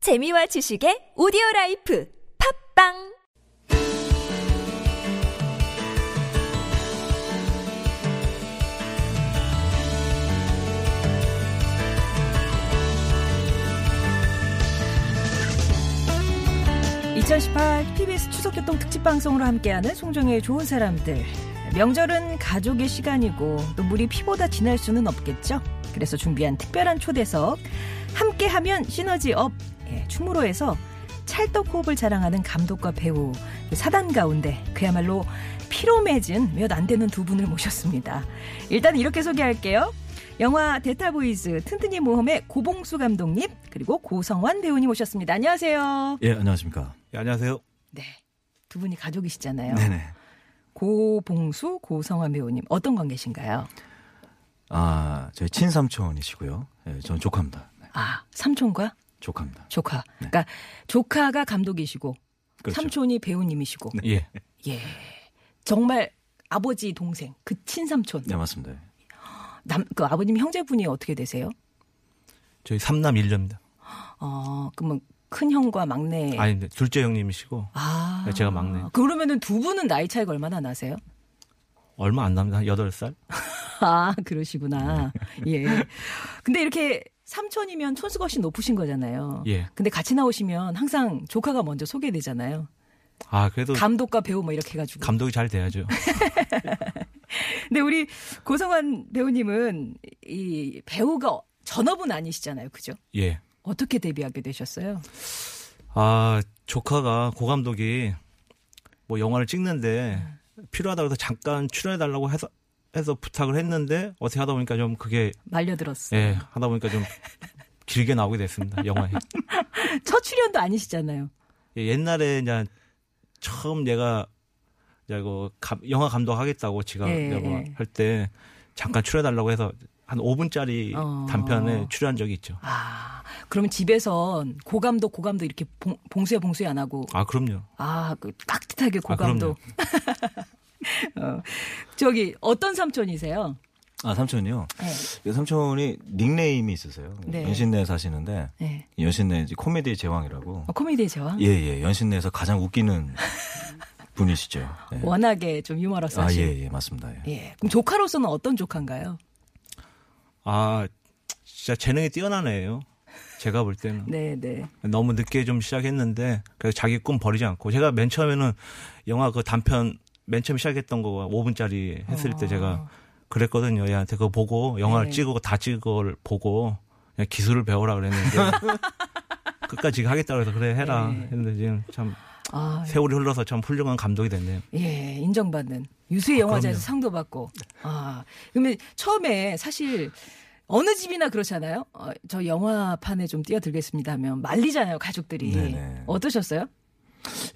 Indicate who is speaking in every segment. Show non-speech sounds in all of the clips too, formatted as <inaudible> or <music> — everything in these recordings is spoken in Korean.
Speaker 1: 재미와 지식의 오디오 라이프 팝빵
Speaker 2: 2018 TBS 추석교통 특집 방송으로 함께하는 송정의 좋은 사람들. 명절은 가족의 시간이고 또 물이 피보다 진할 수는 없겠죠. 그래서 준비한 특별한 초대석. 함께하면 시너지 업. 예, 춤으로에서 찰떡 호흡을 자랑하는 감독과 배우 그 사단 가운데 그야말로 피로 맺은 몇 안 되는 두 분을 모셨습니다. 일단 이렇게 소개할게요. 영화 데타보이즈 튼튼이 모험의 고봉수 감독님 그리고 고성환 배우님 오셨습니다. 안녕하세요.
Speaker 3: 예, 안녕하십니까.
Speaker 4: 예, 안녕하세요.
Speaker 2: 네. 두 분이 가족이시잖아요.
Speaker 3: 네네.
Speaker 2: 고봉수, 고성환 배우님 어떤 관계신가요?
Speaker 3: 아, 저희 친삼촌이시고요. 예, 저는 조카입니다. 네,
Speaker 2: 아, 삼촌과
Speaker 3: 조카입니다.
Speaker 2: 조카.
Speaker 4: 네.
Speaker 2: 그러니까 조카가 감독이시고
Speaker 3: 그렇죠.
Speaker 2: 삼촌이 배우님이시고.
Speaker 4: 네.
Speaker 3: 예.
Speaker 2: 예. 정말 아버지 동생, 그 친삼촌.
Speaker 3: 네, 맞습니다. 예.
Speaker 2: 남, 그 아버님 형제분이 어떻게 되세요?
Speaker 4: 저희 삼남 일녀입니다.
Speaker 2: 어, 그러면 큰 형과 막내.
Speaker 4: 아니, 근데 둘째 형님이시고
Speaker 2: 아,
Speaker 4: 네, 제가 막내.
Speaker 2: 그러면은 두 분은 나이 차이가 얼마나 나세요?
Speaker 4: 얼마 안 남다. 여덟 살.
Speaker 2: 아, 그러시구나.
Speaker 4: 네.
Speaker 2: 예. 근데 이렇게 삼촌이면 촌수가 훨씬 높으신 거잖아요.
Speaker 4: 예.
Speaker 2: 근데 같이 나오시면 항상 조카가 먼저 소개되잖아요.
Speaker 4: 아, 그래도
Speaker 2: 감독과 배우 뭐 이렇게 해가지고.
Speaker 4: 감독이 잘 돼야죠.
Speaker 2: 근데 우리 고성환 배우님은 이 배우가 전업은 아니시잖아요. 그죠?
Speaker 4: 예.
Speaker 2: 어떻게 데뷔하게 되셨어요?
Speaker 4: 아, 조카가 고 감독이 뭐 영화를 찍는데
Speaker 2: 음.
Speaker 4: 필요하다고 해서 잠깐 출연해 달라고 해서 해서 부탁을 했는데 어떻게 하다 보니까 좀 그게
Speaker 2: 말려들었어요.
Speaker 4: 예, 하다 보니까 좀 길게 나오게 됐습니다. 영화에.
Speaker 2: 첫 출연도 아니시잖아요.
Speaker 4: 예, 옛날에 이제 처음 얘가 이제 그 감- 영화 감독 하겠다고 제가 뭐
Speaker 2: 예, 예.
Speaker 4: 할 때 잠깐 출연달라고 해서 한 5분짜리
Speaker 2: 어.
Speaker 4: 단편에 출연한 적이 있죠.
Speaker 2: 아, 그러면 집에선 고감독, 고감독 이렇게 봉, 봉수야, 봉수야 안 하고
Speaker 4: 아 그럼요.
Speaker 2: 아, 그 깍듯하게
Speaker 4: 아, 그럼요.
Speaker 2: 고감독. <laughs> 어, 저기 어떤 삼촌이세요?
Speaker 3: 아, 삼촌이요?
Speaker 2: 네.
Speaker 3: 이 삼촌이 닉네임이 있으세요.
Speaker 2: 네.
Speaker 3: 연신내에 사시는데,
Speaker 2: 네.
Speaker 3: 연신내 이제 코미디의 제왕이라고.
Speaker 2: 어, 코미디의 제왕.
Speaker 3: 예, 예. 연신내에서
Speaker 2: <laughs>
Speaker 3: 가장 웃기는 분이시죠.
Speaker 2: 어,
Speaker 3: 예.
Speaker 2: 워낙에 좀 유머러스
Speaker 3: 아,
Speaker 2: 하신.
Speaker 3: 예, 예. 맞습니다. 예.
Speaker 2: 예. 그럼 조카로서는 어떤 조카인가요?
Speaker 4: 아 진짜 재능이 뛰어난 애예요. 제가 볼 때는
Speaker 2: 네, 네.
Speaker 4: 너무 늦게 좀 시작했는데 그래서 자기 꿈 버리지 않고 제가 맨 처음에는 영화 그 단편 맨 처음 시작했던 거 5분짜리 했을 때 제가 그랬거든요. 얘한테 그거 보고 영화를
Speaker 2: 아. 네.
Speaker 4: 찍고 다 찍은 걸 보고 그냥 기술을 배워라
Speaker 2: <laughs>
Speaker 4: 그랬는데 끝까지 하겠다고 해서 그래 해라
Speaker 2: 네.
Speaker 4: 했는데 지금 참
Speaker 2: 아,
Speaker 4: 세월이 흘러서 참 훌륭한 감독이 됐네요.
Speaker 2: 예, 인정받는
Speaker 3: 아,
Speaker 2: 유수의 영화제에서
Speaker 4: 그럼요.
Speaker 2: 상도 받고. 아, 그러면 처음에 사실 어느 집이나 그렇잖아요. 어, 저 영화판에 좀 뛰어들겠습니다 하면 말리잖아요, 가족들이.
Speaker 3: 네네.
Speaker 2: 어떠셨어요?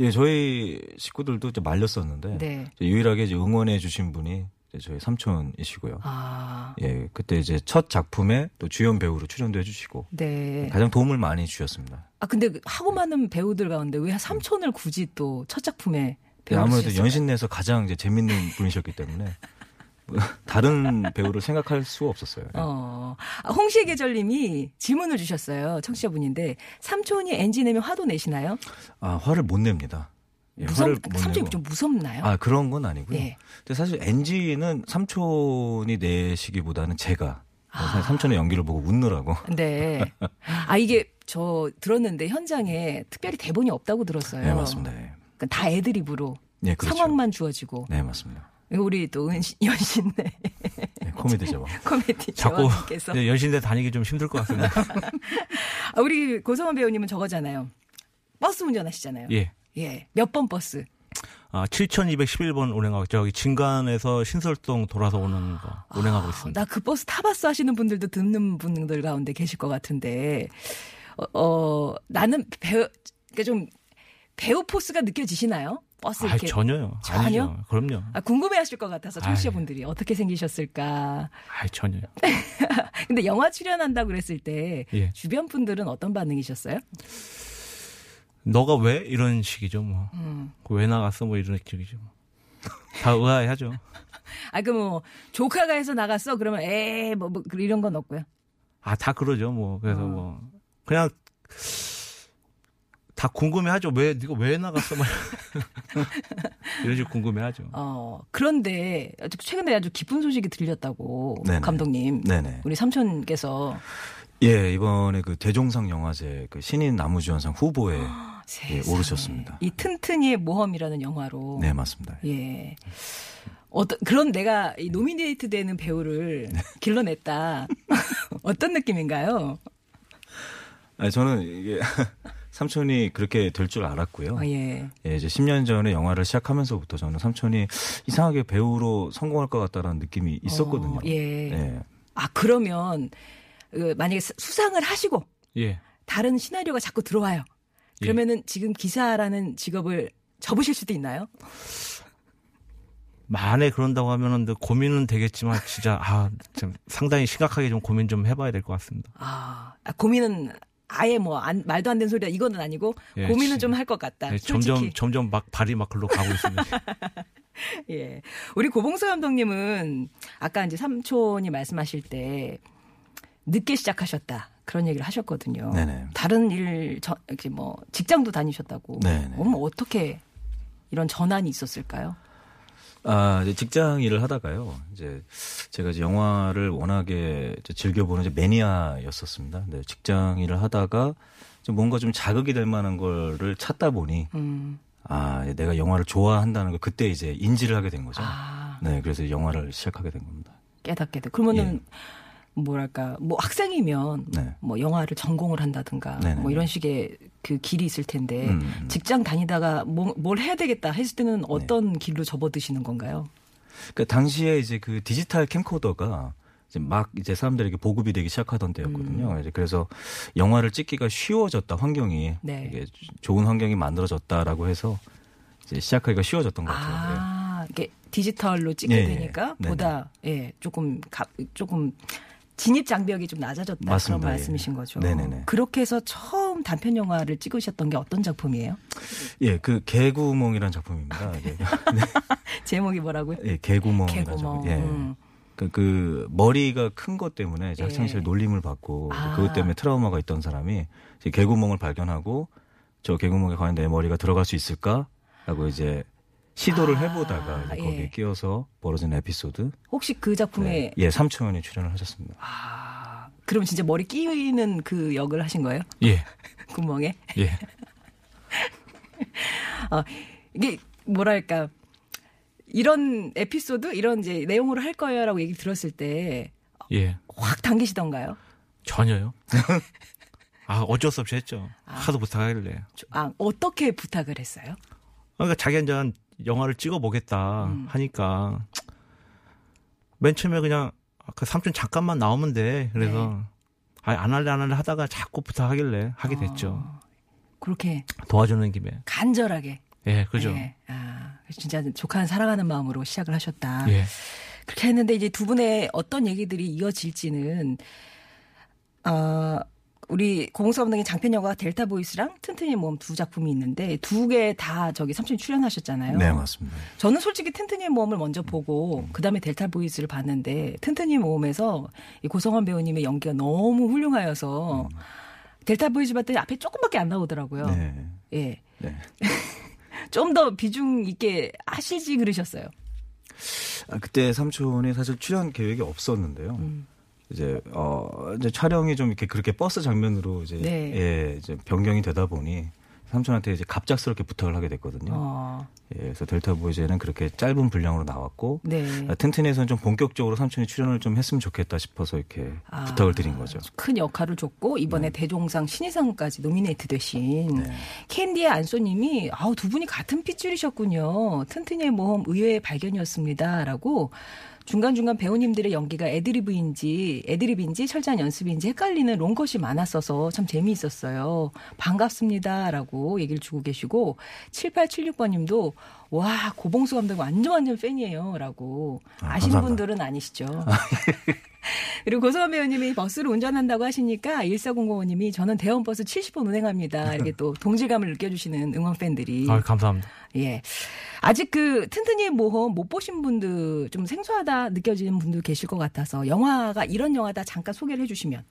Speaker 3: 예, 저희 식구들도 이제 말렸었는데,
Speaker 2: 네.
Speaker 3: 유일하게 이제 응원해주신 분이 이제 저희 삼촌이시고요.
Speaker 2: 아,
Speaker 3: 예, 그때 이제 첫 작품에 또 주연 배우로 출연도 해주시고,
Speaker 2: 네.
Speaker 3: 가장 도움을 많이 주셨습니다.
Speaker 2: 아 근데 그 하고 많은 배우들 가운데 왜 삼촌을 굳이 또 첫 작품에
Speaker 3: 네,
Speaker 2: 배우를
Speaker 3: 아무래도
Speaker 2: 쓰셨을까요?
Speaker 3: 연신내에서 가장 이제 재밌는 분이셨기 때문에 뭐,
Speaker 2: <laughs>
Speaker 3: 다른 배우를 생각할 수가 없었어요.
Speaker 2: 어, 아, 홍시의 계절님이 질문을 주셨어요. 청취자분인데 삼촌이 엔지 내면 화도 내시나요?
Speaker 3: 아 화를 못 냅니다. 예,
Speaker 2: 무섭
Speaker 3: 화를 못
Speaker 2: 삼촌이
Speaker 3: 내고.
Speaker 2: 좀 무섭나요?
Speaker 3: 아 그런 건 아니고요.
Speaker 2: 예.
Speaker 3: 근데 사실 NG는 삼촌이 내시기보다는 제가
Speaker 2: 아.
Speaker 3: 사실 삼촌의 연기를 보고 웃느라고.
Speaker 2: 네. 아 이게 저 들었는데 현장에 특별히 대본이 없다고 들었어요. 뭐?
Speaker 3: 네 맞습니다. 예.
Speaker 2: 그러니까 다 애드립으로
Speaker 3: 예, 그렇죠.
Speaker 2: 상황만 주어지고
Speaker 3: 네 맞습니다.
Speaker 2: 우리 또 은신, 연신내 네,
Speaker 3: 예, 코미디 제왕.
Speaker 2: <laughs> 코미디
Speaker 4: 자꾸
Speaker 2: 제왕님께서
Speaker 3: 네.
Speaker 4: 이제 연신대 다니기 좀 힘들 것 같습니다.
Speaker 2: <laughs> 아, 우리 고성원 배우님은 저거잖아요. 버스 운전하시잖아요.
Speaker 4: 예.
Speaker 2: 예. 몇 번 버스?
Speaker 4: 아, 7211번 운행하고 저기 진간에서 신설동 돌아서 오는 거 운행하고 있습니다.
Speaker 2: 나 그 버스 타봤어 하시는 분들도 듣는 분들 가운데 계실 것 같은데, 어, 어, 나는 배우, 그러니까 좀 배우 포스가 느껴지시나요? 버스
Speaker 4: 아,
Speaker 2: 이렇게.
Speaker 4: 전혀요.
Speaker 2: 전혀?
Speaker 4: 아니죠. 그럼요.
Speaker 2: 아, 궁금해 하실 것 같아서 청취자분들이 어떻게 생기셨을까.
Speaker 4: 아, 전혀요.
Speaker 2: 근데 영화 출연한다고 그랬을 때,
Speaker 4: 예.
Speaker 2: 주변 분들은 어떤 반응이셨어요?
Speaker 4: 너가 왜 이런 식이죠, 뭐.
Speaker 2: 음.
Speaker 4: 그왜 나갔어, 뭐 이런 식이죠. 뭐. 다 의아해하죠.
Speaker 2: 아, 그 뭐, 조카가 해서 나갔어? 그러면, 에이, 뭐, 뭐, 이런 건 없고요.
Speaker 4: 아, 다 그러죠, 뭐. 그래서 뭐 그냥 다 궁금해하죠. 왜 네가 왜 나갔어? 막 <laughs> 이런 식으로 궁금해하죠.
Speaker 2: 어, 그런데 아주 최근에 아주 기쁜 소식이 들렸다고
Speaker 3: 네네.
Speaker 2: 감독님.
Speaker 3: 네네.
Speaker 2: 우리 삼촌께서
Speaker 3: 예, 이번에 그 대종상 영화제 그 신인 나무주연상
Speaker 2: <gasps>
Speaker 3: 후보에 예,
Speaker 2: 세상에.
Speaker 3: 오르셨습니다.
Speaker 2: 이 튼튼이의 모험이라는 영화로
Speaker 3: 네, 맞습니다.
Speaker 2: 예. 어떤 그런 내가 이 노미네이트 되는 배우를 길러냈다. <laughs> 어떤 느낌인가요?
Speaker 3: 아니, 저는 이게 <laughs> 삼촌이 그렇게 될 줄 알았고요.
Speaker 2: 어, 예.
Speaker 3: 예, 이제 10년 전에 영화를 시작하면서부터 저는 삼촌이 이상하게 배우로 성공할 것 같다라는 느낌이 있었거든요.
Speaker 2: 어, 예.
Speaker 3: 예.
Speaker 2: 아 그러면 그 만약에 수- 수상을 하시고
Speaker 4: 예.
Speaker 2: 다른 시나리오가 자꾸 들어와요.
Speaker 3: 예.
Speaker 2: 그러면은 지금 기사라는 직업을 접으실 수도 있나요?
Speaker 4: 만에 그런다고 하면은 근데 고민은 되겠지만 진짜 아, 참 상당히 심각하게 좀 고민 좀 해봐야 될 것 같습니다.
Speaker 2: 아, 아, 고민은 아예 뭐 안- 말도 안 되는 소리다 이거는 아니고
Speaker 4: 예,
Speaker 2: 고민은
Speaker 4: 시-
Speaker 2: 좀 할 것 같다.
Speaker 4: 예,
Speaker 2: 솔직히.
Speaker 4: 점점 점점 막 발이 막 글로 가고 있습니다. <laughs>
Speaker 2: <laughs> 예. 우리 고봉서 감독님은 아까 이제 삼촌이 말씀하실 때 늦게 시작하셨다. 그런 얘기를 하셨거든요.
Speaker 3: 네네.
Speaker 2: 다른 일, 저, 이렇게 뭐, 직장도 다니셨다고.
Speaker 3: 네네.
Speaker 2: 어머, 어떻게 이런 전환이 있었을까요?
Speaker 3: 아, 이제 직장 일을 하다가요. 이제 제가 이제 영화를 워낙에 이제 즐겨보는 이제 매니아였었습니다. 근데 직장 일을 하다가 좀 뭔가 좀 자극이 될 만한 거를 찾다 보니
Speaker 2: 음.
Speaker 3: 아, 내가 영화를 좋아한다는 걸 그때 이제 인지를 하게 된 거죠.
Speaker 2: 아,
Speaker 3: 네, 그래서 영화를 시작하게 된 겁니다.
Speaker 2: 깨닫게 돼. 그러면은, 뭐랄까, 뭐 학생이면
Speaker 3: 예. 네.
Speaker 2: 뭐 영화를 전공을 한다든가
Speaker 3: 네네네.
Speaker 2: 뭐 이런 식의 그 길이 있을 텐데
Speaker 3: 음, 음. 네.
Speaker 2: 직장 다니다가 뭐- 뭘 해야 되겠다 했을 때는 어떤 길로 접어드시는 건가요?
Speaker 3: 그 당시에 이제 그 디지털 캠코더가 이제 막 이제 사람들에게 보급이 되기 시작하던 때였거든요. 이제 그래서 영화를 찍기가 쉬워졌다 환경이
Speaker 2: 네.
Speaker 3: 이게 좋은 환경이 만들어졌다라고 해서 이제 시작하기가 쉬워졌던 것 같아요. 예.
Speaker 2: 아, 이게 디지털로 찍게
Speaker 3: 예, 예.
Speaker 2: 되니까
Speaker 3: 네네.
Speaker 2: 보다 예, 조금 가, 조금 진입 장벽이 좀 낮아졌다
Speaker 3: 맞습니다.
Speaker 2: 그런
Speaker 3: 예.
Speaker 2: 말씀이신 거죠.
Speaker 3: 네네네.
Speaker 2: 그렇게 해서 처음 단편 영화를 찍으셨던 게 어떤 작품이에요? <laughs>
Speaker 3: 예, 그 개구멍이라는 작품입니다. 네. <laughs>
Speaker 2: 제목이 뭐라고요?
Speaker 3: 예, 개구멍이라는
Speaker 2: 개구멍.
Speaker 3: 작품. 예.
Speaker 2: 음.
Speaker 3: 그, 그 머리가 큰 것 때문에 이제
Speaker 2: 예.
Speaker 3: 학창시절 놀림을 받고
Speaker 2: 아.
Speaker 3: 그것 때문에 트라우마가 있던 사람이 이제 개구멍을 발견하고 저 개구멍에 과연 내 머리가 들어갈 수 있을까라고 이제 시도를
Speaker 2: 아,
Speaker 3: 해보다가 이제 거기에
Speaker 2: 예.
Speaker 3: 끼어서 벌어진 에피소드.
Speaker 2: 혹시 그
Speaker 3: 네.
Speaker 2: 작품에
Speaker 3: 예, 삼촌이 출연을 하셨습니다.
Speaker 2: 아, 그럼 진짜 머리 끼는 그 역을 하신 거예요? <laughs>
Speaker 4: 예.
Speaker 2: 구멍에?
Speaker 4: 예.
Speaker 2: 어, 이게 뭐랄까 이런 에피소드 이런 이제 내용으로 할 거예요라고 얘기 들었을 때 확
Speaker 4: 예.
Speaker 2: 당기시던가요?
Speaker 4: 전혀요. <laughs> 아, 어쩔 수 없이 했죠.
Speaker 2: 아.
Speaker 4: 하도 부탁하길래.
Speaker 2: 저- 아 어떻게 부탁을 했어요?
Speaker 4: 그러니까 자기 이제 영화를 찍어 보겠다
Speaker 2: 음.
Speaker 4: 하니까 맨 처음에 그냥 아, 그 삼촌 잠깐만 나오면 돼.
Speaker 2: 네.
Speaker 4: 그래서 아, 안 할래 안 할래 하다가 자꾸 부탁하길래 하게
Speaker 2: 어.
Speaker 4: 됐죠.
Speaker 2: 그렇게
Speaker 4: 도와주는 김에.
Speaker 2: 간절하게.
Speaker 4: 예, 그죠.
Speaker 2: 네. 아, 진짜 조카는 사랑하는 마음으로 시작을 하셨다.
Speaker 4: 예.
Speaker 2: 그렇게 했는데 이제 두 분의 어떤 얘기들이 이어질지는 아 우리 공사운동의 장편 영화 델타 보이스랑 튼튼이 모험 두 작품이 있는데 두 개 다 저기 삼촌이 출연하셨잖아요.
Speaker 3: 네, 맞습니다.
Speaker 2: 저는 솔직히 튼튼이의 모험을 먼저 보고 그다음에 델타 보이스를 봤는데 튼튼이의 모험에서 이 고성원 배우님의 연기가 너무 훌륭하여서 델타 보이스 봤더니 앞에 조금밖에 안 나오더라고요.
Speaker 3: 네.
Speaker 2: 예.
Speaker 3: 네.
Speaker 2: <laughs> 좀 더 비중 있게 하시지 그러셨어요.
Speaker 3: 아, 그때 삼촌이 사실 출연 계획이 없었는데요.
Speaker 2: 음.
Speaker 3: 이제 어 이제 촬영이 좀 이렇게 그렇게 버스 장면으로 이제
Speaker 2: 네.
Speaker 3: 예 이제 변경이 되다 보니 삼촌한테 이제 갑작스럽게 부탁을 하게 됐거든요.
Speaker 2: 어.
Speaker 3: 예, 그래서 델타 보이즈는 그렇게 짧은 분량으로 나왔고
Speaker 2: 네.
Speaker 3: 아, 튼튼에서는 좀 본격적으로 삼촌이 출연을 좀 했으면 좋겠다 싶어서 이렇게
Speaker 2: 아,
Speaker 3: 부탁을 드린 거죠.
Speaker 2: 큰 역할을 줬고
Speaker 3: 음.
Speaker 2: 이번에 대종상 신인상까지 노미네이트 되신 캔디의 안소님이 아우 두 분이 같은 핏줄이셨군요. 튼튼이의 모험 의외의 발견이었습니다라고 중간 중간 배우님들의 연기가 애드리브인지 애드립인지 철저한 연습인지 헷갈리는 롱컷이 많았어서 참 재미있었어요. 반갑습니다라고 얘기를 주고 계시고 7876번님도 와 고봉수 감독 완전 완전 팬이에요라고
Speaker 3: 아,
Speaker 2: 아시는
Speaker 3: 감사합니다.
Speaker 2: 분들은
Speaker 3: <laughs>
Speaker 2: 아니시죠. 그리고 고소원 배우님이 버스를 운전한다고 하시니까 1405님이 저는 대원버스 70번 운행합니다. 이렇게 또 동질감을 느껴주시는 응원팬들이.
Speaker 4: 아, 감사합니다.
Speaker 2: 예. 아직 그 튼튼이의 모험 못 보신 분들 좀 생소하다 느껴지는 분들 계실 것 같아서 영화가 이런 영화다 잠깐 소개를 해주시면.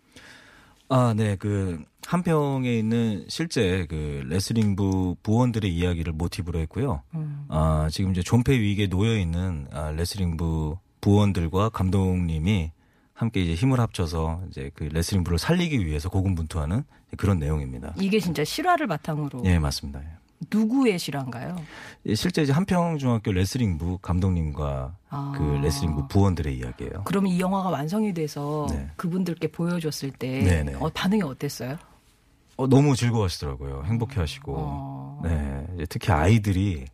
Speaker 3: 아, 네. 그 한평에 있는 실제 그 레슬링부 부원들의 이야기를 모티브로 했고요.
Speaker 2: 음.
Speaker 3: 아, 지금 이제 존폐 위기에 놓여 있는 아, 레슬링부 부원들과 감독님이 함께 이제 힘을 합쳐서 이제 그 레슬링부를 살리기 위해서 고군분투하는 그런 내용입니다.
Speaker 2: 이게 진짜 실화를 바탕으로
Speaker 3: 예, 맞습니다. 예.
Speaker 2: 누구의 실화인가요?
Speaker 3: 예, 실제 이제 한평중학교 레슬링부 감독님과
Speaker 2: 아.
Speaker 3: 그 레슬링부 부원들의 이야기예요.
Speaker 2: 그러면 이 영화가 완성이 돼서
Speaker 3: 네.
Speaker 2: 그분들께 보여줬을 때
Speaker 3: 네네.
Speaker 2: 어, 반응이 어땠어요?
Speaker 3: 어, 너무 즐거워하시더라고요. 행복해하시고
Speaker 2: 어.
Speaker 3: 네, 이제 특히 아이들이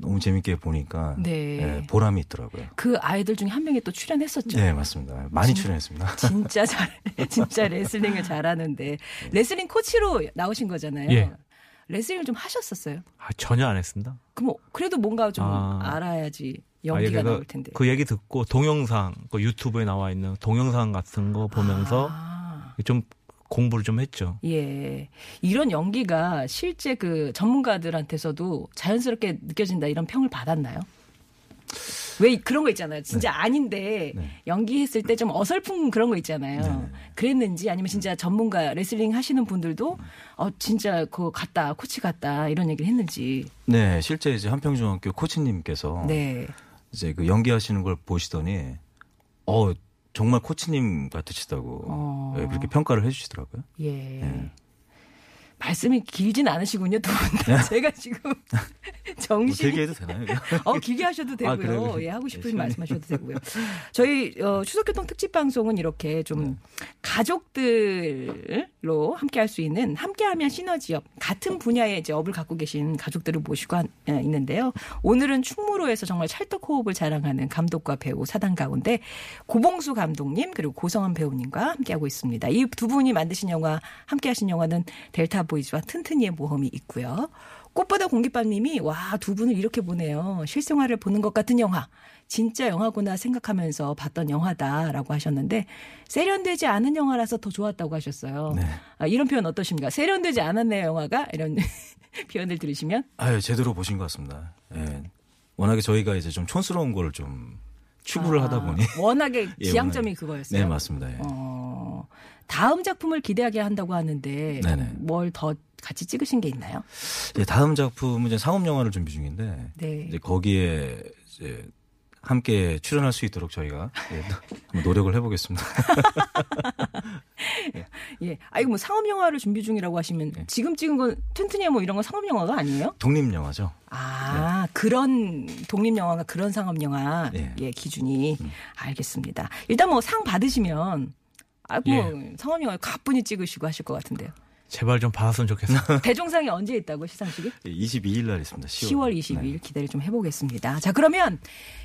Speaker 3: 너무 재밌게 보니까
Speaker 2: 네.
Speaker 3: 예, 보람이 있더라고요.
Speaker 2: 그 아이들 중에 한 명이 또 출연했었죠.
Speaker 3: 네, 맞습니다. 많이 출연했습니다. <laughs>
Speaker 2: 진짜 잘, <laughs> 진짜 레슬링을 잘하는데 레슬링 코치로 나오신 거잖아요.
Speaker 4: 예.
Speaker 2: 레슬링을 좀 하셨었어요.
Speaker 4: 아, 전혀 안 했습니다.
Speaker 2: 그럼 그래도 뭔가 좀
Speaker 4: 아.
Speaker 2: 알아야지
Speaker 4: 아예
Speaker 2: 연기가
Speaker 4: 그거-
Speaker 2: 나올 텐데.
Speaker 4: 그 얘기 듣고 동영상, 그 유튜브에 나와 있는 동영상 같은 거 보면서
Speaker 2: 아,
Speaker 4: 좀 공부를 좀 했죠.
Speaker 2: 예, 이런 연기가 실제 그 전문가들한테서도 자연스럽게 느껴진다 이런 평을 받았나요? 왜 이- 그런 거 있잖아요. 진짜
Speaker 3: 네.
Speaker 2: 아닌데 연기했을 때 좀 어설픈 그런 거 있잖아요.
Speaker 3: 네.
Speaker 2: 그랬는지 아니면 진짜 전문가 레슬링 하시는 분들도 어 진짜 그 같다 코치 같다 이런 얘기를 했는지.
Speaker 3: 네, 실제 이제 한평중학교 코치님께서
Speaker 2: 네.
Speaker 3: 이제 그 연기하시는 걸 보시더니 어 정말 코치님 같으시다고
Speaker 2: 어.
Speaker 3: 예, 그렇게 평가를 해주시더라고요.
Speaker 2: 예.
Speaker 3: 네.
Speaker 2: 말씀이 길진 않으시군요, 두 분. 다. 제가
Speaker 3: <laughs>
Speaker 2: 지금
Speaker 3: 뭐
Speaker 2: 정신이
Speaker 3: 네. 되게 해도 되나요?
Speaker 2: 어, 길게 하셔도 되고요.
Speaker 3: 아, 그래요?
Speaker 2: 예, 하고 싶으면
Speaker 3: 시간이-
Speaker 2: 말씀하셔도 되고요. 저희 어, 추석교통 특집 방송은 이렇게 좀
Speaker 3: 네.
Speaker 2: 가족들로 함께 할 수 있는 함께하면 시너지업 같은 분야의 이제 업을 갖고 계신 가족들을 모시고 한- 에, 있는데요. 오늘은 충무로에서 정말 찰떡 호흡을 자랑하는 감독과 배우 사단 가운데 고봉수 감독님 그리고 고성한 배우님과 함께하고 있습니다. 이 두 분이 만드신 영화 함께하신 영화는 델타 보이즈와 튼튼이의 모험이 있고요. 꽃보다 공깃밥님이 와 두 분을 이렇게 보네요. 실생활을 보는 것 같은 영화, 진짜 영화구나 생각하면서 봤던 영화다라고 하셨는데 세련되지 않은 영화라서 더 좋았다고 하셨어요.
Speaker 3: 네.
Speaker 2: 아, 이런 표현 어떠십니까? 세련되지 않았네요 영화가 이런 <laughs> 표현을 들으시면
Speaker 3: <laughs> 아유 제대로 보신 것 같습니다. 예. 워낙에 저희가 이제 좀 촌스러운 걸 좀 추구를 하다 보니
Speaker 2: 워낙에
Speaker 3: <laughs> 예,
Speaker 2: 지향점이
Speaker 3: 워낙에.
Speaker 2: 아. 그거였어요.
Speaker 3: 네 맞습니다. 예.
Speaker 2: 어, 다음 작품을 기대하게 한다고 하는데
Speaker 3: 네네.
Speaker 2: 뭘 더 같이 찍으신 게 있나요?
Speaker 3: 이제 다음 작품은 이제 상업 영화를 준비 중인데
Speaker 2: 네.
Speaker 3: 이제 거기에 이제 함께 출연할 수 있도록 저희가 예, 한번 노력을 해보겠습니다.
Speaker 2: 예. 아 이거 뭐 상업 영화를 준비 중이라고 하시면
Speaker 3: 네.
Speaker 2: 지금 찍은 건 튼튼이 뭐 이런 건 상업 영화가 아니에요?
Speaker 3: 독립 영화죠.
Speaker 2: 아, 그런 독립 영화가 그런 상업 영화
Speaker 3: 예.
Speaker 2: 예, 기준이 알겠습니다. 일단 뭐 상 받으시면 아, 뭐 상업 영화 가뿐히 찍으시고 하실 것 같은데요.
Speaker 4: 제발 좀 받았으면 좋겠어요.
Speaker 2: <laughs> 대종상이 언제 있다고 시상식이?
Speaker 3: 22일 예, 날 있습니다.
Speaker 2: 10월
Speaker 3: 10월, 네.
Speaker 2: 22일 기대를 좀 해보겠습니다. 자, 그러면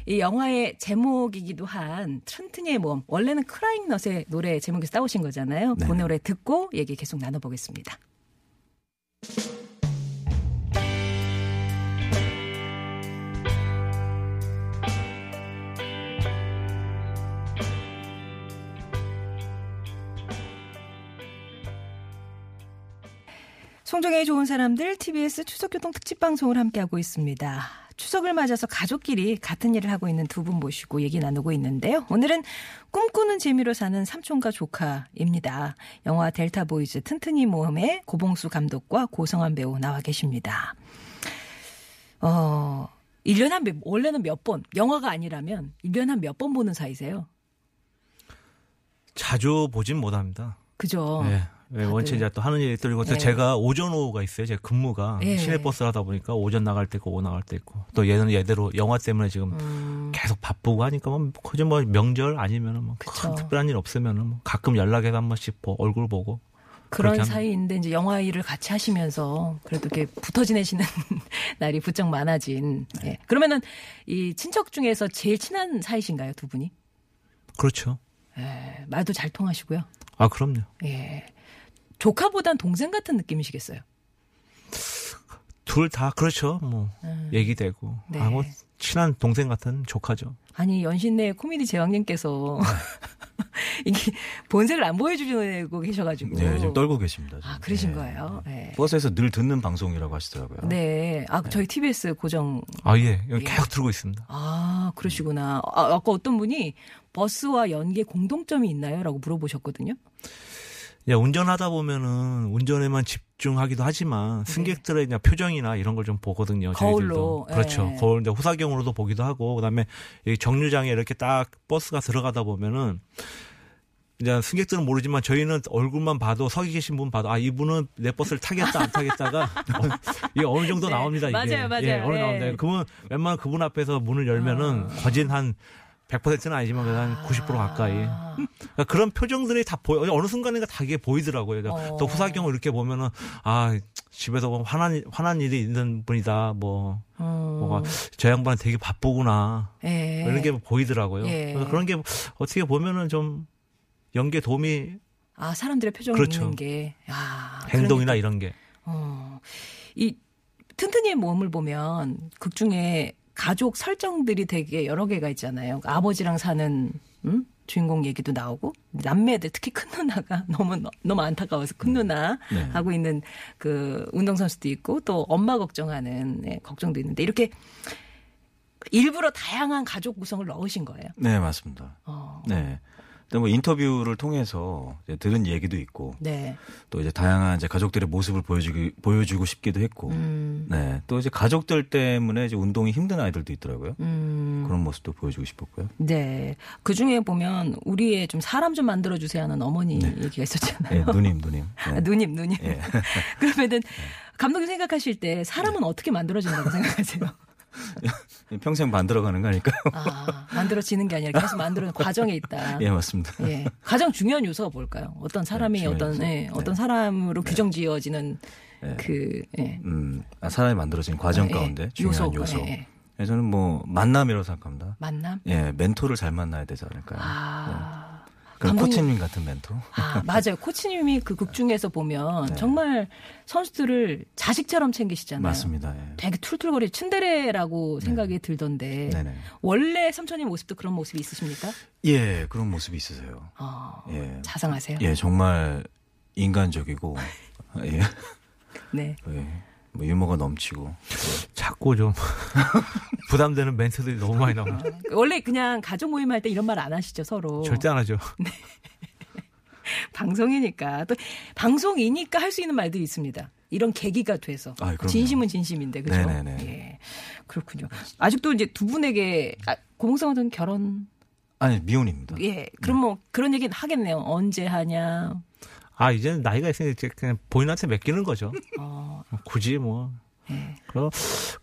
Speaker 2: 이 영화의 제목이기도 한 트런트니의 모험. 원래는 크라잉넛의 노래 제목에서 따오신 거잖아요. 그 노래 듣고 얘기 계속 나눠보겠습니다. 송정의 좋은 사람들 TBS 추석교통 특집 방송을 함께하고 있습니다. 추석을 맞아서 가족끼리 같은 일을 하고 있는 두 분 모시고 얘기 나누고 있는데요. 오늘은 꿈꾸는 재미로 사는 삼촌과 조카입니다. 영화 델타 보이즈 튼튼이 모험의 고봉수 감독과 고성한 배우 나와 계십니다. 어, 1년에 한, 몇- 원래는 몇 번, 영화가 아니라면 1년에 한 몇 번 보는 사이세요?
Speaker 4: 자주 보진 못합니다.
Speaker 2: 그죠?
Speaker 4: 예. 예, 원체 이제 또 하는 일이 있고 또
Speaker 2: 어, 예.
Speaker 4: 제가 오전 오후가 있어요. 제 근무가
Speaker 2: 예.
Speaker 4: 시내 버스를 하다 보니까 오전 나갈 때 있고 오후 나갈 때 있고 또 얘는 얘대로 영화 때문에 지금 계속 바쁘고 하니까 뭐 거의 뭐 명절 아니면은
Speaker 2: 음. 그쵸.
Speaker 4: 뭐큰 특별한 일 없으면은 뭐 가끔 연락해서 한 번씩 보- 얼굴 보고
Speaker 2: 그런
Speaker 4: 그렇게 합니다.
Speaker 2: 사이인데 이제 영화 일을 같이 하시면서 그래도 이렇게 붙어 지내시는 <laughs> 날이 부쩍 많아진. 예. 그러면은 이 친척 중에서 제일 친한 사이신가요 두 분이?
Speaker 4: 그렇죠.
Speaker 2: 예. 말도 잘 통하시고요.
Speaker 4: 아 그럼요.
Speaker 2: 예. 조카보단 동생 같은 느낌이시겠어요.
Speaker 4: 둘 다 그렇죠. 뭐 얘기되고
Speaker 2: 네.
Speaker 4: 아 뭐 친한 동생 같은 조카죠.
Speaker 2: 아니 연신내 코미디 제왕님께서 <laughs> 이게 본색을 안 보여주려고 계셔가지고.
Speaker 3: 네, 지금 떨고 계십니다. 지금.
Speaker 2: 아 그러신
Speaker 3: 예.
Speaker 2: 거예요. 예.
Speaker 3: 버스에서 늘 듣는 방송이라고 하시더라고요.
Speaker 2: 네. 아 저희 TBS 고정
Speaker 4: 아 예. 여기 계속 들고 있습니다.
Speaker 2: 아, 그러시구나. 아, 아까 어떤 분이 버스와 연계 공동점이 있나요? 라고 물어보셨거든요.
Speaker 4: 이제 운전하다 보면은 운전에만 집중하기도 하지만 승객들의 그냥 표정이나 이런 걸 좀 보거든요.
Speaker 2: 네. 거울로,
Speaker 4: 저희들도.
Speaker 2: 예.
Speaker 4: 그렇죠. 거울 이제 후사경으로도 보기도 하고 그다음에 이 정류장에 이렇게 딱 버스가 들어가다 보면은 그냥 승객들은 모르지만 저희는 얼굴만 봐도 서기 계신 분 봐도 아 이분은 내 버스를 타겠다 안 타겠다가
Speaker 2: <laughs>
Speaker 4: 어, 이게 어느 정도
Speaker 2: 네,
Speaker 4: 나옵니다 이게
Speaker 2: 맞아요, 맞아요.
Speaker 4: 예, 어느
Speaker 2: 예. 아.
Speaker 4: 나옵니다 그분 웬만한 그분 앞에서 문을 열면은 거진 한 100%는 아니지만 그래도 한90% 가까이 그러니까 그런 표정들이 다 보여. 어느 순간인가 다 이게 보이더라고요.
Speaker 2: 어.
Speaker 4: 또 후사경을 이렇게 보면은 아 집에서 보면 화난 화난 일이 있는 분이다. 뭐 뭐가 저 양반 되게 바쁘구나.
Speaker 2: 어. 음. 예.
Speaker 4: 이런 게 보이더라고요.
Speaker 2: 예.
Speaker 4: 그러니까 그런 게 어떻게 보면은 좀 연기에 도움이
Speaker 2: 아 사람들의 표정을
Speaker 4: 그렇죠.
Speaker 2: 읽는 게 아,
Speaker 4: 행동이나 이런 게.
Speaker 2: 어, 이 튼튼이의 몸을 보면 극 중에 가족 설정들이 되게 여러 개가 있잖아요. 아버지랑 사는 음? 주인공 얘기도 나오고 남매들 특히 큰 누나가 <laughs> 너무 너- 너무 안타까워서
Speaker 4: 음.
Speaker 2: 큰 누나
Speaker 4: 네.
Speaker 2: 하고 있는 그 운동 선수도 있고 또 엄마 걱정하는 예, 걱정도 있는데 이렇게 일부러 다양한 가족 구성을 넣으신 거예요.
Speaker 3: 네, 맞습니다.
Speaker 2: 어,
Speaker 3: 네. 근데 뭐 인터뷰를 통해서 이제 들은 얘기도 있고
Speaker 2: 네.
Speaker 3: 또 이제 다양한 이제 가족들의 모습을 보여주기 보여주고 싶기도 했고
Speaker 2: 음,
Speaker 3: 네. 또 이제 가족들 때문에 이제 운동이 힘든 아이들도 있더라고요.
Speaker 2: 음.
Speaker 3: 그런 모습도
Speaker 2: <laughs>
Speaker 3: 보여주고 싶었고요.
Speaker 2: 네. 그 중에 보면 우리의 좀 사람 좀 만들어 주세요 하는 어머니 얘기가 있었잖아요.
Speaker 3: 네, 누님, 누님. 네.
Speaker 2: 아, 누님, 누님.
Speaker 3: 예.
Speaker 2: <laughs> 그러면은 감독님 생각하실 때
Speaker 3: 네.
Speaker 2: 사람은 어떻게 만들어진다고 생각하세요?
Speaker 3: 평생 만들어가는 거 아닐까요?
Speaker 2: 아, 만들어지는 게 아니라 계속 만들어는 과정에 있다.
Speaker 3: <laughs> 예, 맞습니다.
Speaker 2: 예. 가장 중요한 요소가 뭘까요? 어떤 사람이
Speaker 3: 네, 네. 중요한
Speaker 2: 어떤
Speaker 3: 요소.
Speaker 2: 예, 어떤 사람으로 규정 지어지는 그 예.
Speaker 3: 음, 아, 사람이 만들어진 과정
Speaker 2: 예,
Speaker 3: 가운데 중요한
Speaker 2: 요소가,
Speaker 3: 요소.
Speaker 2: 예, 예.
Speaker 3: 예, 저는 뭐 만남이라고 생각합니다.
Speaker 2: 만남?
Speaker 3: 예, 멘토를 잘 만나야 되지 않을까요?
Speaker 2: 아.
Speaker 3: 네. 그런
Speaker 2: 감독님-
Speaker 3: 코치님 같은 멘토.
Speaker 2: 아, 맞아요. 코치님이 그 극 중에서 보면 정말 선수들을 자식처럼 챙기시잖아요.
Speaker 3: 네. 맞습니다. 예.
Speaker 2: 되게 툴툴거리 츤데레라고 생각이 들던데
Speaker 3: 네. 네네.
Speaker 2: 원래 삼촌님 모습도 그런 모습이 있으십니까?
Speaker 3: 예, 그런 모습이 있으세요.
Speaker 2: 어,
Speaker 3: 예.
Speaker 2: 자상하세요.
Speaker 3: 예, 정말 인간적이고, 예,
Speaker 2: 네.
Speaker 3: 예. 뭐 유머가 넘치고.
Speaker 4: 자꾸 좀 <laughs> 부담되는 멘트들이 너무 많이 나오죠.
Speaker 2: 원래 그냥 가족 모임 할 때 이런 말 안 하시죠 서로.
Speaker 4: 절대 안 하죠.
Speaker 2: 방송이니까 또 방송이니까 할 수 있는 말들이 있습니다. 이런 계기가 돼서
Speaker 3: 아, 그럼요.
Speaker 2: 진심은 진심인데 그렇죠.
Speaker 3: 네네네.
Speaker 2: 예. 그렇군요. 아직도 이제 두 분에게 아, 고봉성은 결혼
Speaker 3: 아니, 미혼입니다.
Speaker 2: 예 그럼 뭐 그런 얘기는 하겠네요. 언제 하냐.
Speaker 4: 아 이제는 나이가 있으니까 이제 그냥 본인한테 맡기는 거죠.
Speaker 2: 어,
Speaker 4: 굳이 뭐
Speaker 2: 예.
Speaker 4: 그럼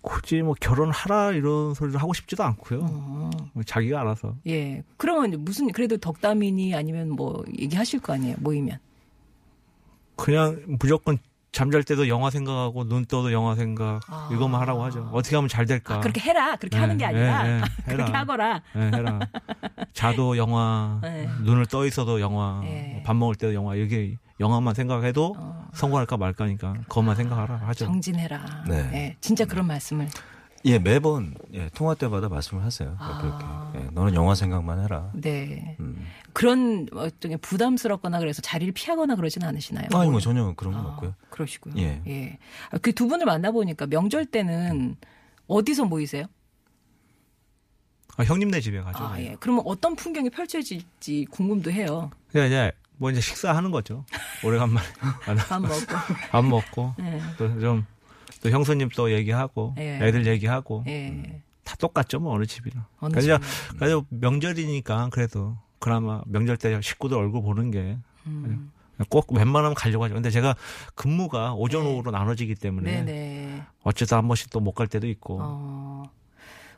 Speaker 4: 굳이 뭐 결혼하라 이런 소리를 하고 싶지도 않고요.
Speaker 2: 어.
Speaker 4: 자기가 알아서.
Speaker 2: 예. 그러면 이제 무슨 그래도 덕담이니 아니면 뭐 얘기하실 거 아니에요 모이면.
Speaker 4: 그냥 무조건 잠잘 때도 영화 생각하고 눈 떠도 영화 생각
Speaker 2: 아.
Speaker 4: 이것만 하라고 하죠. 어떻게 하면 잘 될까?
Speaker 2: 아, 그렇게 해라 그렇게
Speaker 4: 예,
Speaker 2: 하는 게 아니라
Speaker 4: 예, 예,
Speaker 2: <laughs> 그렇게
Speaker 4: 해라.
Speaker 2: 하거라. <laughs>
Speaker 4: 예, 해라. 자도 영화,
Speaker 2: 예.
Speaker 4: 눈을 떠 있어도 영화, 뭐
Speaker 2: 예.
Speaker 4: 밥 먹을 때도 영화. 이게 영화만 생각해도
Speaker 2: 어.
Speaker 4: 성공할까 말까니까 그것만 생각하라 하죠.
Speaker 2: 정진해라.
Speaker 3: 네.
Speaker 2: 예, 진짜 그런 말씀을.
Speaker 3: 예, 매번, 예, 통화 때마다 말씀을 하세요.
Speaker 2: 아.
Speaker 3: 그렇게. 예, 너는 영화 생각만 해라.
Speaker 2: 네.
Speaker 3: 음.
Speaker 2: 그런 어떤 게 부담스럽거나 그래서 자리를 피하거나 그러진 않으시나요? 어,
Speaker 3: 아니, 뭐 전혀 그런 건 없고요.
Speaker 2: 그러시고요.
Speaker 3: 예.
Speaker 2: 그 두 분을 만나보니까 명절 때는 어디서 모이세요?
Speaker 4: 아, 형님네 집에 가죠.
Speaker 2: 아, 예. 그러면 어떤 풍경이 펼쳐질지 궁금도 해요.
Speaker 4: 그냥 이제 뭐 이제 식사하는 거죠. 오래간만에
Speaker 2: 밥 먹고.
Speaker 4: 밥 먹고
Speaker 2: 예.
Speaker 4: 또 좀 또 형수님 또 얘기하고
Speaker 2: 예.
Speaker 4: 애들 얘기하고
Speaker 2: 예.
Speaker 4: 다 똑같죠 뭐 어느 집이나.
Speaker 2: 어느
Speaker 4: 그래서 그래서 명절이니까 그래도 그나마 명절 때 식구들 얼굴 보는 게
Speaker 2: 음.
Speaker 4: 꼭 웬만하면 가려고 하죠. 근데 제가 근무가 오전 오후로 나눠지기 때문에
Speaker 2: 네. 네네.
Speaker 4: 어쩌다 한 번씩 또 못 갈 때도 있고
Speaker 2: 어.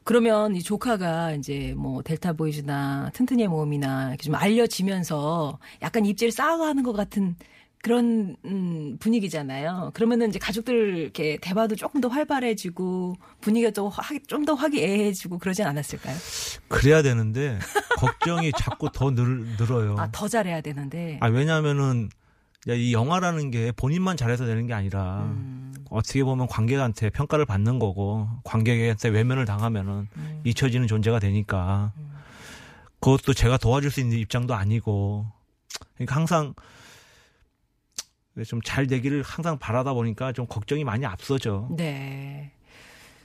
Speaker 2: 그러면 이 조카가 이제 뭐 델타 보이즈나 튼튼이의 모험이나 이렇게 좀 알려지면서 약간 입지를 쌓아가는 것 같은 그런 음, 분위기잖아요. 그러면은 이제 가족들 이렇게 대화도 조금 더 활발해지고 분위기가 좀더 화기애애해지고 그러진 않았을까요?
Speaker 4: 그래야 되는데 <laughs> 걱정이 자꾸 더 늘, 늘어요.
Speaker 2: 아 더 잘해야 되는데.
Speaker 4: 아, 왜냐하면은 야, 이 영화라는 게 본인만 잘해서 되는 게 아니라
Speaker 2: 음,
Speaker 4: 어떻게 보면 관객한테 평가를 받는 거고 관객한테 외면을 당하면은
Speaker 2: 음.
Speaker 4: 잊혀지는 존재가 되니까 그것도 제가 도와줄 수 있는 입장도 아니고 그러니까 항상 좀 잘 되기를 항상 바라다 보니까 좀 걱정이 많이 앞서죠.
Speaker 2: 네.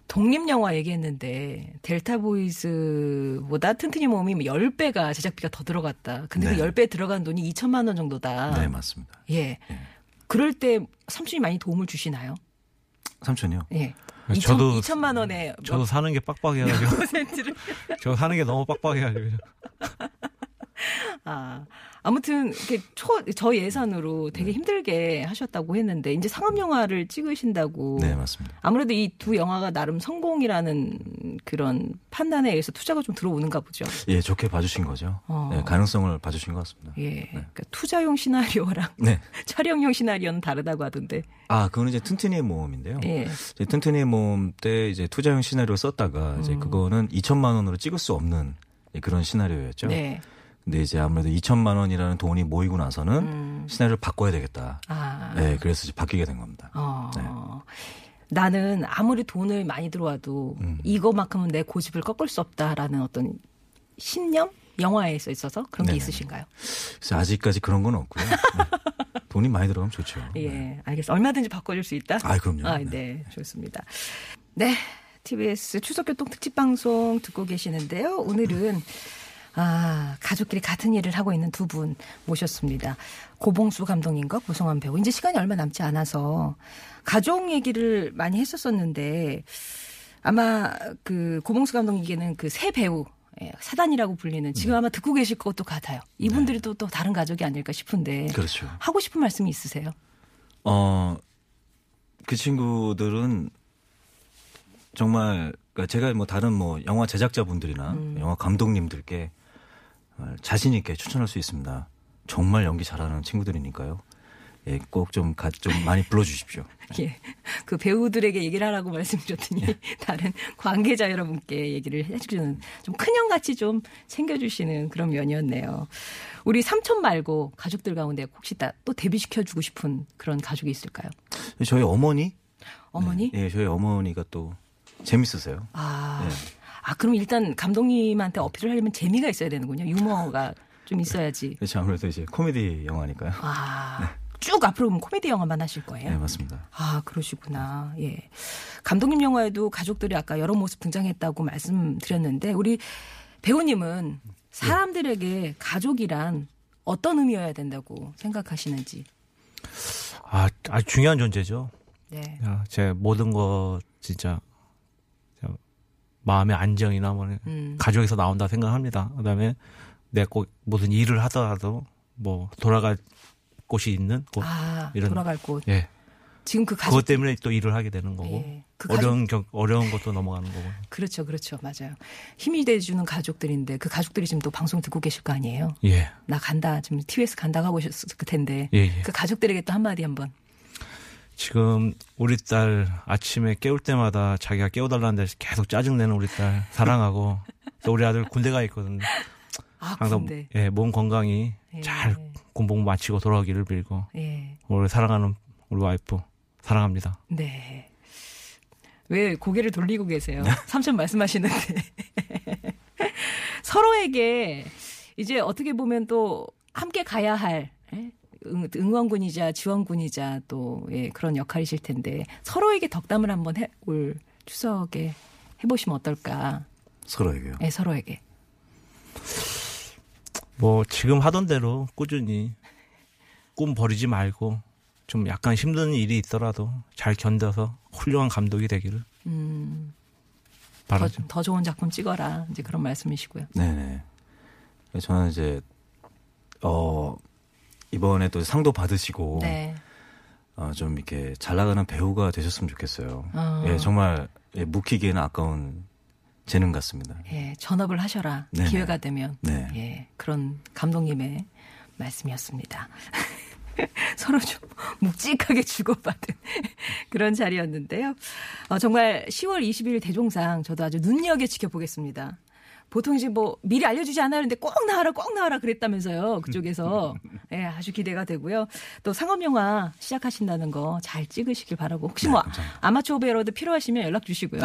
Speaker 2: 독립 영화 얘기했는데 델타 보이즈보다 튼튼이 몸이 10배가 제작비가 더 들어갔다. 근데
Speaker 3: 네.
Speaker 2: 그 10배 들어간 돈이 2천만 원 정도다.
Speaker 3: 네, 맞습니다.
Speaker 2: 예.
Speaker 3: 네.
Speaker 2: 그럴 때 삼촌이 많이 도움을 주시나요?
Speaker 3: 삼촌이요.
Speaker 2: 예.
Speaker 4: 네,
Speaker 2: 2천,
Speaker 4: 저도-
Speaker 2: 2천만 원에 뭐 몇
Speaker 4: 저도 사는 게 빡빡해가지고
Speaker 2: 퍼센트를
Speaker 4: 저 사는 게 너무 빡빡해가지고
Speaker 2: 아, 아무튼 이렇게 초, 저 예산으로 되게
Speaker 4: 네.
Speaker 2: 힘들게 하셨다고 했는데 이제 상업 영화를 찍으신다고
Speaker 3: 네, 맞습니다.
Speaker 2: 아무래도 이 두 영화가 나름 성공이라는 그런 판단에 의해서 투자가 좀 들어오는가 보죠.
Speaker 3: 예, 좋게 봐주신 거죠.
Speaker 2: 어.
Speaker 3: 네, 가능성을 봐주신 것 같습니다.
Speaker 2: 예,
Speaker 4: 네.
Speaker 2: 그러니까 투자용 시나리오랑 <laughs>
Speaker 3: 네.
Speaker 2: 촬영용 시나리오는 다르다고 하던데.
Speaker 3: 아, 그거는 이제 튼튼이의 모험인데요.
Speaker 2: 예,
Speaker 3: 이제 튼튼이의 모험 때 이제 투자용 시나리오 썼다가
Speaker 2: 음.
Speaker 3: 이제 그거는 2천만 원으로 찍을 수 없는 그런 시나리오였죠.
Speaker 2: 네,
Speaker 3: 근데 이제 아무래도 2천만 원이라는 돈이 모이고 나서는
Speaker 2: 음.
Speaker 3: 시나리오를 바꿔야 되겠다.
Speaker 2: 아,
Speaker 3: 네, 그래서 이제 바뀌게 된 겁니다.
Speaker 2: 어.
Speaker 3: 네.
Speaker 2: 나는 아무리 돈을 많이 들어와도
Speaker 3: 음.
Speaker 2: 이거만큼은 내 고집을 꺾을 수 없다라는 어떤 신념 영화에 있어서 그런 게
Speaker 3: 네네네.
Speaker 2: 있으신가요?
Speaker 3: 그래서 아직까지 그런 건 없고요. 네. 돈이 많이 들어가면 좋죠. 네.
Speaker 2: <laughs> 예, 알겠습니다. 얼마든지 바꿔줄 수 있다.
Speaker 3: 아, 그럼요.
Speaker 2: 아, 네, 좋습니다. 네, TBS 추석교통 특집 방송 듣고 계시는데요. 오늘은 아, 가족끼리 같은 일을 하고 있는 두 분 모셨습니다. 고봉수 감독님과 고성환 배우. 이제 시간이 얼마 남지 않아서 가족 얘기를 많이 했었었는데 아마 그 고봉수 감독님께는 그 새 배우 예, 사단이라고 불리는
Speaker 3: 네.
Speaker 2: 지금 아마 듣고 계실 것도 같아요. 이분들이 또 또 다른 가족이 아닐까 싶은데
Speaker 3: 그렇죠.
Speaker 2: 하고 싶은 말씀이 있으세요?
Speaker 3: 어, 그 친구들은 정말 그러니까 제가 뭐 다른 뭐 영화 제작자분들이나
Speaker 2: 음.
Speaker 3: 영화 감독님들께 어, 자신 있게 추천할 수 있습니다. 정말 연기 잘하는 친구들이니까요. 예, 꼭 좀 좀 많이 불러주십시오. <laughs>
Speaker 2: 예. 그 배우들에게 얘기를 하라고 말씀드렸더니
Speaker 3: 네.
Speaker 2: <laughs> 다른 관계자 여러분께 얘기를 해주는 좀 큰형같이 좀 챙겨주시는 그런 면이었네요. 우리 삼촌 말고 가족들 가운데 혹시 다 또 데뷔시켜주고 싶은 그런 가족이 있을까요?
Speaker 3: 저희 어머니?
Speaker 2: 어머니?
Speaker 3: 네, 예, 네. 저희 어머니가 또 재밌으세요.
Speaker 2: 아. 아, 그럼 일단 감독님한테 어필을 하려면 재미가 있어야 되는군요.
Speaker 3: <laughs>
Speaker 2: 유머가 좀 있어야지.
Speaker 3: 그렇죠. 아무래도 이제 코미디 영화니까요.
Speaker 2: 아. 쭉 앞으로 그럼 코미디 영화만 하실 거예요?
Speaker 3: 네, 맞습니다.
Speaker 2: 아, 그러시구나. 예. 감독님 영화에도 가족들이 아까 여러 모습 등장했다고 말씀드렸는데 우리 배우님은 사람들에게 가족이란 어떤 의미여야 된다고 생각하시는지.
Speaker 4: 아, 아 중요한 존재죠.
Speaker 2: 네.
Speaker 4: 야, 아, 제 모든 거 진짜 진짜 마음의 안정이나 뭐
Speaker 2: 음.
Speaker 4: 가족에서 나온다 생각합니다. 그다음에 내 꼭 무슨 일을 하더라도 뭐 돌아갈 곳이 있는 곳.
Speaker 2: 아,
Speaker 4: 뭐 이런-
Speaker 2: 돌아갈 곳.
Speaker 4: 예.
Speaker 2: 지금 그 가족
Speaker 4: 그것 때문에 또 일을 하게 되는 거고
Speaker 2: 예. 그 가족-
Speaker 4: 어려운 경, 어려운 것도 넘어가는 거고.
Speaker 2: 그렇죠. 그렇죠. 맞아요. 힘이 돼 주는 가족들인데 그 가족들이 지금 또 방송 듣고 계실 거 아니에요.
Speaker 4: 예.
Speaker 2: 나 간다. 지금 TBS 간다고 하고 있었을 텐데.
Speaker 4: 예, 예.
Speaker 2: 그 가족들에게 또 한마디 한번.
Speaker 4: 지금 우리 딸 아침에 깨울 때마다 자기가 깨워달라는데 계속 짜증내는 우리 딸 사랑하고 또 우리 아들 군대가 있거든요.
Speaker 2: 아,
Speaker 4: 항상
Speaker 2: 근데.
Speaker 4: 예, 몸 건강히
Speaker 2: 예.
Speaker 4: 잘 군복 마치고 돌아오기를 빌고
Speaker 2: 예.
Speaker 4: 우리 사랑하는 우리 와이프 사랑합니다.
Speaker 2: 네. 왜 고개를 돌리고
Speaker 4: <laughs>
Speaker 2: 계세요? 삼촌 말씀하시는데. <laughs> 서로에게 이제 어떻게 보면 또 함께 가야 할 예? 응- 응원군이자 지원군이자 또 예, 그런 역할이실 텐데 서로에게 덕담을 한번 해, 올 추석에 해보시면 어떨까?
Speaker 3: 서로에게요.
Speaker 2: 예, 서로에게.
Speaker 4: 뭐 지금 하던 대로 꾸준히 꿈 버리지 말고 좀 약간 힘든 일이 있더라도 잘 견뎌서 훌륭한 감독이 되기를
Speaker 2: 음, 더,
Speaker 4: 바라죠.
Speaker 2: 더 좋은 작품 찍어라. 이제 그런 말씀이시고요.
Speaker 3: 네네. 저는 이제 어 이번에 또 상도 받으시고
Speaker 2: 네.
Speaker 3: 어, 좀 이렇게 잘 나가는 배우가 되셨으면 좋겠어요.
Speaker 2: 어.
Speaker 3: 예, 정말 예, 묵히기에는 아까운 재능 같습니다.
Speaker 2: 예, 전업을 하셔라.
Speaker 3: 네네.
Speaker 2: 기회가 되면.
Speaker 3: 네.
Speaker 2: 예, 그런 감독님의 말씀이었습니다. <laughs> 서로 좀 묵직하게 주고받은 <laughs> 그런 자리였는데요. 어, 정말 10월 20일 대종상 저도 아주 눈여겨 지켜보겠습니다. 보통 이제 뭐 미리 알려주지 않았는데 꼭 나와라 꼭 나와라 그랬다면서요
Speaker 3: <laughs>
Speaker 2: 그쪽에서 예 아주 기대가 되고요 또 상업 영화 시작하신다는 거 잘 찍으시길 바라고 혹시
Speaker 3: 네,
Speaker 2: 뭐 아마추어 배우로도 필요하시면 연락 주시고요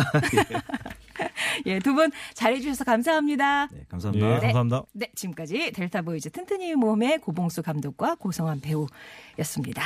Speaker 2: 예두 분 잘해주셔서 감사합니다
Speaker 3: 네,
Speaker 4: 예,
Speaker 3: 감사합니다.
Speaker 4: 감사합니다.
Speaker 2: 네, 지금까지 델타 보이즈 튼튼이 모험의 고봉수 감독과 고성환 배우였습니다.